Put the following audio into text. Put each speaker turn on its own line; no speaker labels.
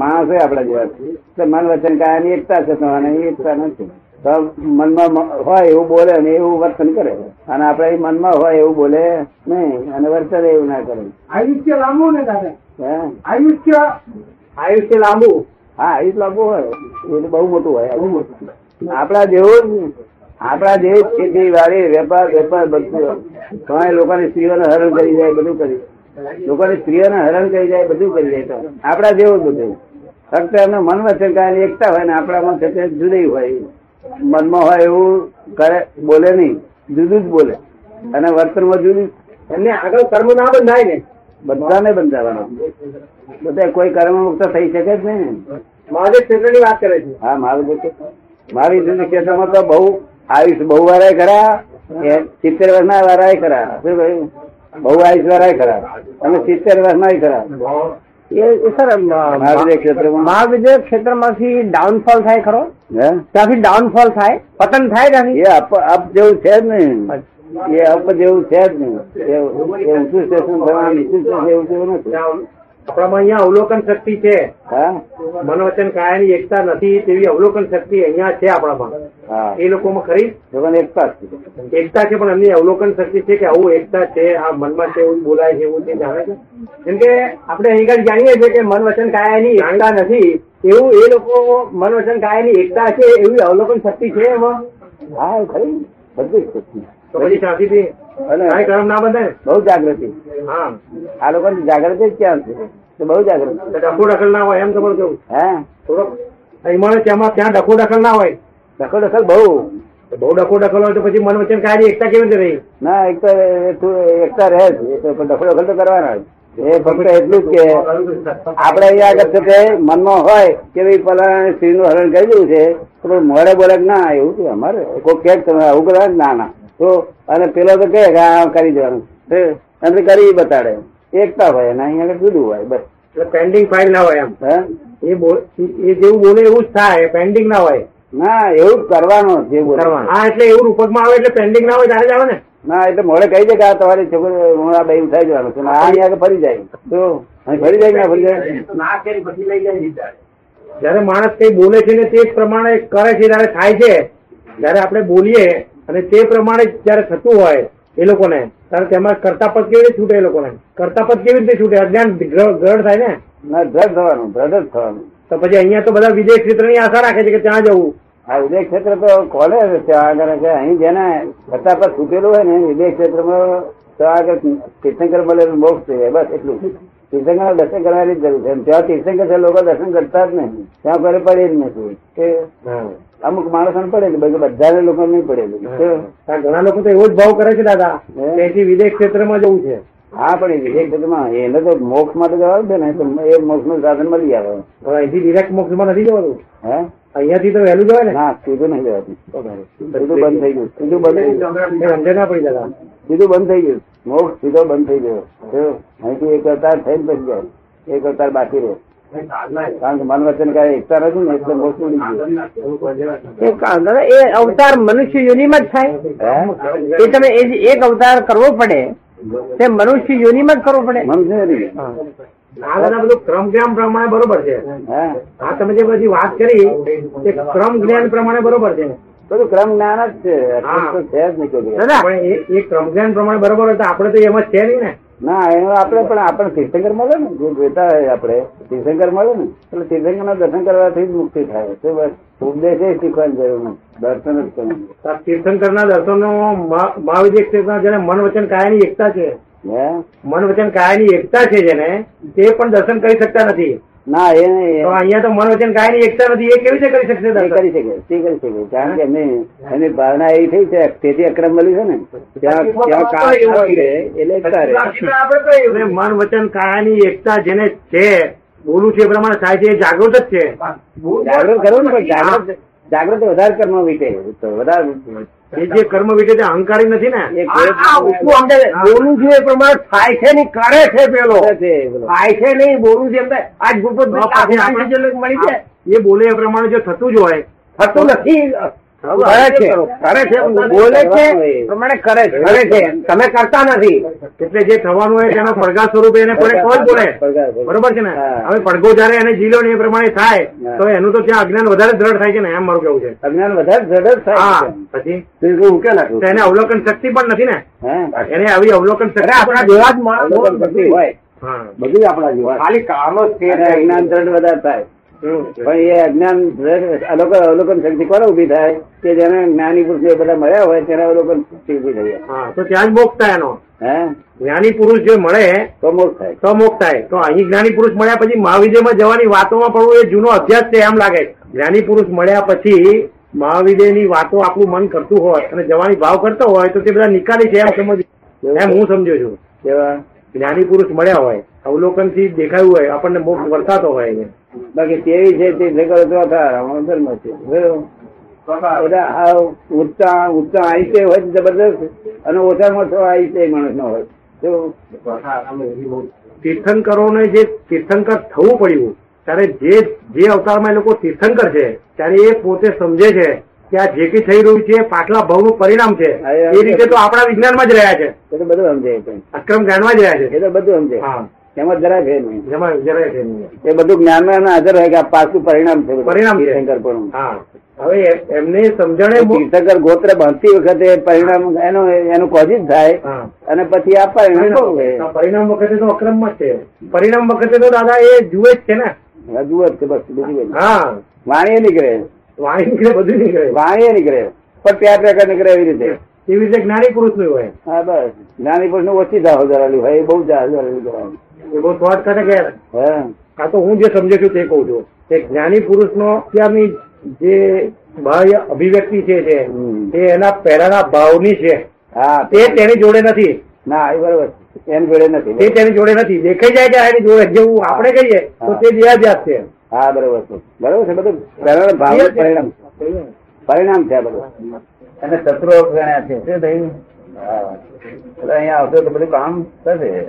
માણસો આપડા જેવા છે. તો મન વચન કાયાની એકતા છે તમારે એકતા નથી તો મનમાં મ- હોય એવું બોલે અને એવું વર્તન કરે અને આપણે મનમાં હોય એવું બોલે નહીં અને વર્તન એવું ના કરે
આયુષ્ય લાંબુ ને દાદા
હે?
આયુષ્ય આયુષ્ય લાંબુ
હા આયુષ લાંબુ હોય એટલે બહુ મોટું હોય આપણા જેવું જ આપણા જેવી જ ખેતી વાડી વેપાર વેપાર બધું ઘણા લોકોને સ્ત્રીઓને હરણ કરી જાય બધું કરી જાય. લોકોને સ્ત્રીઓને હરણ કરી જાય બધું કરી જાય તો આપણા જેવું જ બધું ફક્ત એમના મન વચન કાંઈ એકતા હોય ને આપણામાં છે તે જુદી હોય મનમાં હોય એવું કરે બોલે નહીં જુદું જ બોલે અને વર્તનમાં જુદું જ.
એમને આગળ કર્મ ના બંધાય ને
બધાને બંધાવાનો બધા કોઈ કર્મ મુક્ત થઈ શકે જ નહીં ને
મહાદેવ ક્ષેત્ર ની વાત કરે છે
હા મારું બધું મારી જૂની ક્ષેત્રમાં તો બહુ આયુષ બહુ વારાય ખરા એ સિત્તેર વર્ષના વારાય ખરા શું કહ્યું બહુ આયુષ વારાય ખરા અને સિત્તેર વર્ષના ખરા
એ એ સર અમ,
મહાવિજય ક્ષેત્રમાં?
મહાવિજય ક્ષેત્રમાંથી downfall થાય ખરો
હે
ત્યાંથી downfall થાય પતન થાય ત્યાંથી
એ અપ અપ જેવું છે જ નહીં એ અપ જેવું છે જ નહીં એ એ ઊંચું સ્ટેશન ભણવા નીચું સ્ટેશન એવું જેવું નથી
આપણામાં અહીંયા અવલોકન શક્તિ છે
હા
મનોવચન કાયાની એકતા નથી તેવી અવલોકન શક્તિ અહીંયા છે આપણામાં
હા
એ લોકોમાં ખરી
લોકોને એકતા જ છે.
એકતા છે પણ એમની અવલોકન શક્તિ છે કે આવું એકતા છે આ મનમાં છે એવું બોલાય છે એવું તે જાણે છે કેમ કે આપણે અહીં આગળ જાણીએ છીએ કે મન વચન કાયાની એકતા નથી એવું એ લોકો મન વચન કાયાની એકતા છે એવી અવલોકન શક્તિ છે એમાં
હા ખરી બધું જ છે.
તો પછી શાંતિથી કાંઈ
અને
કર્મ ના બંધાય
બહુ જાગૃતિ
ને? હા
આ લોકોની જાગૃતિ જ ક્યાં છે તો બહુ જાગૃતિ
તો ડખો ડખલ ના હોય એમ તમારે કેવું
હે
થોડોક અહીં મળે તેમાં ત્યાં ડખો ડખલ ના હોય
દખલ દખલ બહુ
તો બહુ ડખો ડખલ હોય તો પછી મન વચન કાયાની એકતા કેવી રીતે રહી
ના એક તો એ થોડું એકતા રહે જ એ તો ડખડો તો કરવાનો જ એ ફક્ત એટલું જ કે આપણે અહીંયા આગળ છે તે મનમાં હોય કે ભાઈ પલાણ સ્ત્રીનું હરણ કરી દીધું છે તો પેલું મોડે બોલે કે ના એવું કે અમારે કોઈ કે તમે આવું કરવા ના ના તો અને પેલો તો કહે કે આ કરી દેવાનું તે અને કરી બતાડે એકતા હોય અને અહીંયા આગળ જુદું હોય બસ
એટલે પેન્ડિંગ ફાઇલ ના હોય એમ
હે
એ બો- એ જેવું બોલે એવું જ થાય પેન્ડિંગ ના હોય
ના એવું જ કરવાનો જે બોલે
હા એટલે એવું રૂપકમાં આવે એટલે પેન્ડિંગ ના હોય ત્યારે જ આવે ને
ના એટલે મોડે કહી દે કે આ તમારી છોકરી હું આ બે ઉઠાઈ જવાનું છે અને આ અહીંયા આગળ ફરી જાય તો અહીં ફરી જાય કે ના ફરી જાય
જ્યારે માણસ કઈ બોલે છે ને તે જ પ્રમાણે કરે છે ત્યારે થાય છે જ્યારે આપણે બોલીએ અને તે પ્રમાણે જ જ્યારે થતું હોય એ લોકોને ત્યારે તેમાં કરતાપદ કેવી રીતે છૂટે એ લોકોને કરતાપદ કેવી રીતે છૂટે અજ્ઞાન ગ્રહ- ગ્રહણ થાય ને
ના દ્રઢ થવાનું દ્રઢ જ થવાનું
તો પછી અહીંયા તો બધા વિજય ક્ષેત્રની આશા રાખે છે કે ત્યાં જવું
આ ઉદય ક્ષેત્ર તો કોને ત્યાં આગળ છે અહીં જેને હતા પર છૂટેલું હોય ને ઉદય ક્ષેત્રમાં ત્યાં આગળ તીર્થંકર મળે એનું મોક્ષ છે બસ એટલું તીર્થંકર દર્શન કરવાની જ જરૂર છે અને ત્યાં તીર્થંકર છે લોકો દર્શન કરતા જ નહીં ત્યાં ઘરે પડે જ નથી કે અમુક માણસોને પડે છે બાકી બધાને લોકો નહીં પડેલું તો
ત્યાં ઘણા લોકો તો એવો જ ભાવ કરે છે દાદા કે
હે?
અહીંથી વિદેશ ક્ષેત્રમાં જવું છે
હા પણ એ વિજય ક્ષેત્રમાં એને તો મોક્ષ માટે જવાનું છે ને તો એ મોક્ષનું સાધન મળી આવે
પણ અહીંથી ડિરેક્ટ મોક્ષમાં નથી જવાનું
હે
અહીંયાથી તો વહેલું જવાય ને
ના સીધું નહીં જવાતું સીધું બંધ થઈ ગયું સીધું બંધ થઈ ગયું
એ સમજણ ના પડી દાદા
સીધું બંધ થઈ ગયું મોક્ષ સીધો બંધ થઈ ગયો જો, અહીંથી એક અવતાર થઈને પછી જાય એક અવતાર બાકી રહે કારણ કે મન વચન કાંઈ એકતા નથી ને એટલે મોક્ષ ઉડી ગયું
એ કા- દાદા એ અવતાર મનુષ્ય યોનિમાં જ થાય
હે?
એ તમે એ જે એક અવતાર કરવો પડે તે મનુષ્ય યોનિમાં જ કરવો પડે
મન છે ને?
આ દાદા બધું ક્રમ જ્ઞાન પ્રમાણે બરોબર છે
હે
આ તમે જે બધી વાત કરી તે ક્રમ જ્ઞાન પ્રમાણે બરોબર છે
બધું ક્રમ જ્ઞાન જ છે
હા.
તો છે જ નહીં કોઈ દિવસ.
દાદા
પણ એ- એ ક્રમ જ્ઞાન પ્રમાણે બરોબર હોય તો આપણે તો એમાં જ છે નહીં ને
ના એનું આપણે પણ આપણે તીર્થંકર મળે ને જે જોતા હોય આપણે તીર્થંકર મળે ને એટલે તીર્થંકરના દર્શન કરવાથી જ મુક્તિ થાય તો બસ ઉપદેશ એ શીખવાની જરૂર નથી દર્શન જ કરવાનું
તો આ તીર્થંકરના દર્શનો મહા- મહાવિદ્ય ક્ષેત્રના જેને મન વચન કાયાની એકતા છે
હે
મન વચન કાયાની એકતા છે જેને તે પણ દર્શન કરી શકતા નથી
ના એ નહીં, એ
તો અહીંયા તો મન વચન કાયાની એકતા નથી એ કેવી રીતે કરી શકશે
તે
દર્શન?
કરી શકે તે કરી શકે કારણ કે એમની એમની ભાવના એવી થઈ છે તેથી અક્રમ મળી છે ને ત્યાં ત્યાં કામ આવી રહે એટલે એકતા રહે.
અને મન વચન કાયાની એકતા જેને છે બોલું છે એ પ્રમાણે થાય છે એ જાગૃત જ છે
જાગૃત કરો ને પણ જાગૃત જાગૃત વધારે કર્મ વીતે તો વધારે
એ જે કર્મ વિશે તે અહંકારી નથી ને
એક
આ ઊંચું સમજાય. બોલવું જોઈએ એ પ્રમાણે થાય છે નહીં કરે છે પેલો
છે પેલો.
થાય છે નહીં બોલવું છે એમ થાય. આજ ભૂપત
તો પછી આપણે-
મળી જાય
એ બોલે એ પ્રમાણે જો થતું જ હોય
થતું નથી કરે છે કરે છે બોલે છે પ્રમાણે કરે છે
કરે છે તમે કરતા નથી એટલે જે થવાનું હોય તેનો પડઘા સ્વરૂપે એને પડે કોણ
પડઘા,
પડે
પડઘા.
બરોબર છે ને
હા.
હવે પડઘો જયારે એને ઝીલો ને એ પ્રમાણે થાય
હા.
તો એનું તો ત્યાં અજ્ઞાન વધારે દ્રઢ થાય છે ને એમ મારું કેવું છે
અજ્ઞાન વધારે ઝડપ થાય
હા પછી
છે. તો એ કહું, હું ક્યાં નાખું
તો એને અવલોકન શક્તિ પણ નથી ને
હે?
એને આવી અવલોકન શક્તિ
અરે આપણા
પણ-
જેવા જ માણસો
અવલોકન શક્તિ હોય
હા.
બધું આપણા જેવા છે.
ખાલી કામ જ
અને અજ્ઞાન દ્રઢ વધારે થાય પણ એ અજ્ઞાન દ્રઢ અવલોકન અવલોકન શક્તિ કોને ઉભી થાય કે જેને જ્ઞાની પુરુષ ને એ બધા મળ્યા હોય તેને અવલોકન શક્તિ ઉભી થઈ જાય
હા તો ત્યાં જ મોક્ષ થાય એનો
હે
જ્ઞાની પુરુષ જે મળે
તો મોક્ષ થાય
તો મોક્ષ થાય તો અહીં જ્ઞાની પુરુષ મળ્યા પછી મહાવિદ્યમાં જવાની વાતોમાં પડવું એ જૂનો અભ્યાસ છે એમ લાગે છે. જ્ઞાની પુરુષ મળ્યા પછી મહાવિદ્યની વાતો આપણું મન કરતું હોય અને જવાની ભાવ કરતો હોય તો તે બધા નિકાલી છે એમ સમજ એમ હું સમજુ છું
કેવા
જ્ઞાની પુરુષ મળ્યા હોય અવલોકન થી દેખાયું હોય આપણને મોક્ષ વરસાતો હોય એને.
બાકી તેવી છે તે ઠેકાણો તો અથારા, અમારો ધર્મ છે બરાબર? બધા આ ઊંચા ઊંચા આઈતે હોય તો જબરદસ્ત અને ઓછામાં ઓછો આઈતે માણસ નો હોય તો
તીર્થંકરોને જે તીર્થંકર થવું પડ્યું ત્યારે જે જે અવતારમાં એ લોકો તીર્થંકર છે ત્યારે એ પોતે સમજે છે કે આ જે કંઈ થઈ રહ્યું છે એ પાછલા ભાવનું પરિણામ છે એ રીતે તો આપણા વિજ્ઞાનમાં જ રહ્યા છે
એ તો બધું સમજાય પણ.
અક્રમ જ્ઞાનમાં જ રહ્યા છે
એ તો બધું સમજાય
હા
એમાં જરા છે નહીં
જેમાં જરાય છે નહીં.
એ બધું જ્ઞાનમાં ના હાજર હોય કે આ પાછું પરિણામ છે બધું.
પરિણામ છે.
તીર્થંકરપણું.
હા હવે એ- એમને સમજણે મો-
તીર્થંકર ગોત્ર બાંધતી વખતે પરિણામ એનો એનું કોજી જ થાય
હા
અને પછી આ પરિણામ શું છે?
પરિણામ પરિણામ વખતે તો અક્રમમાં જ છે પરિણામ વખતે તો દાદા એ જુએ જ છે ને
હજુ જ છે બસ બીજું કંઈ નહીં.
હા
વાણીએ નીકળે
વાણી નીકળે બધું નીકળે
વાણીએ નીકળે પણ પ્યાર પ્યાર કરી નીકળે એવી રીતે
એવી રીતે જ્ઞાની પુરુષ નું હોય
હા બસ નાની પુરુષનું ઓછી જાહો ધરાયેલી હોય એ બહુ જાહો ધરાયેલી કહેવાય.
એ બહુ શોર્ટ કરે કે
હા
આ તો હું જે સમજે છું તે કહું છું કે જ્ઞાની પુરુષનો અત્યારની જે બાહ્ય અભિવ્યક્તિ છે જે,
હમ.
તે એના પહેલાના ભાવની છે
હા
તે તેની જોડે નથી
ના એ બરોબર છે. એમ જોડે
તે
નથી
તેની જોડે નથી દેખાઈ જાય કે આ એની જોડે જેવું આપણે કહીએ તો તે દેહાજાત છે
હા બરોબર છે બરોબર છે બધું પહેલાના ભાવનું પરિણામ પરિણામ છે આ બધું અને શત્રુઓ ગણ્યા છે શું થયું હા એટલે અહીંયા આવશો તો બધું કામ થશે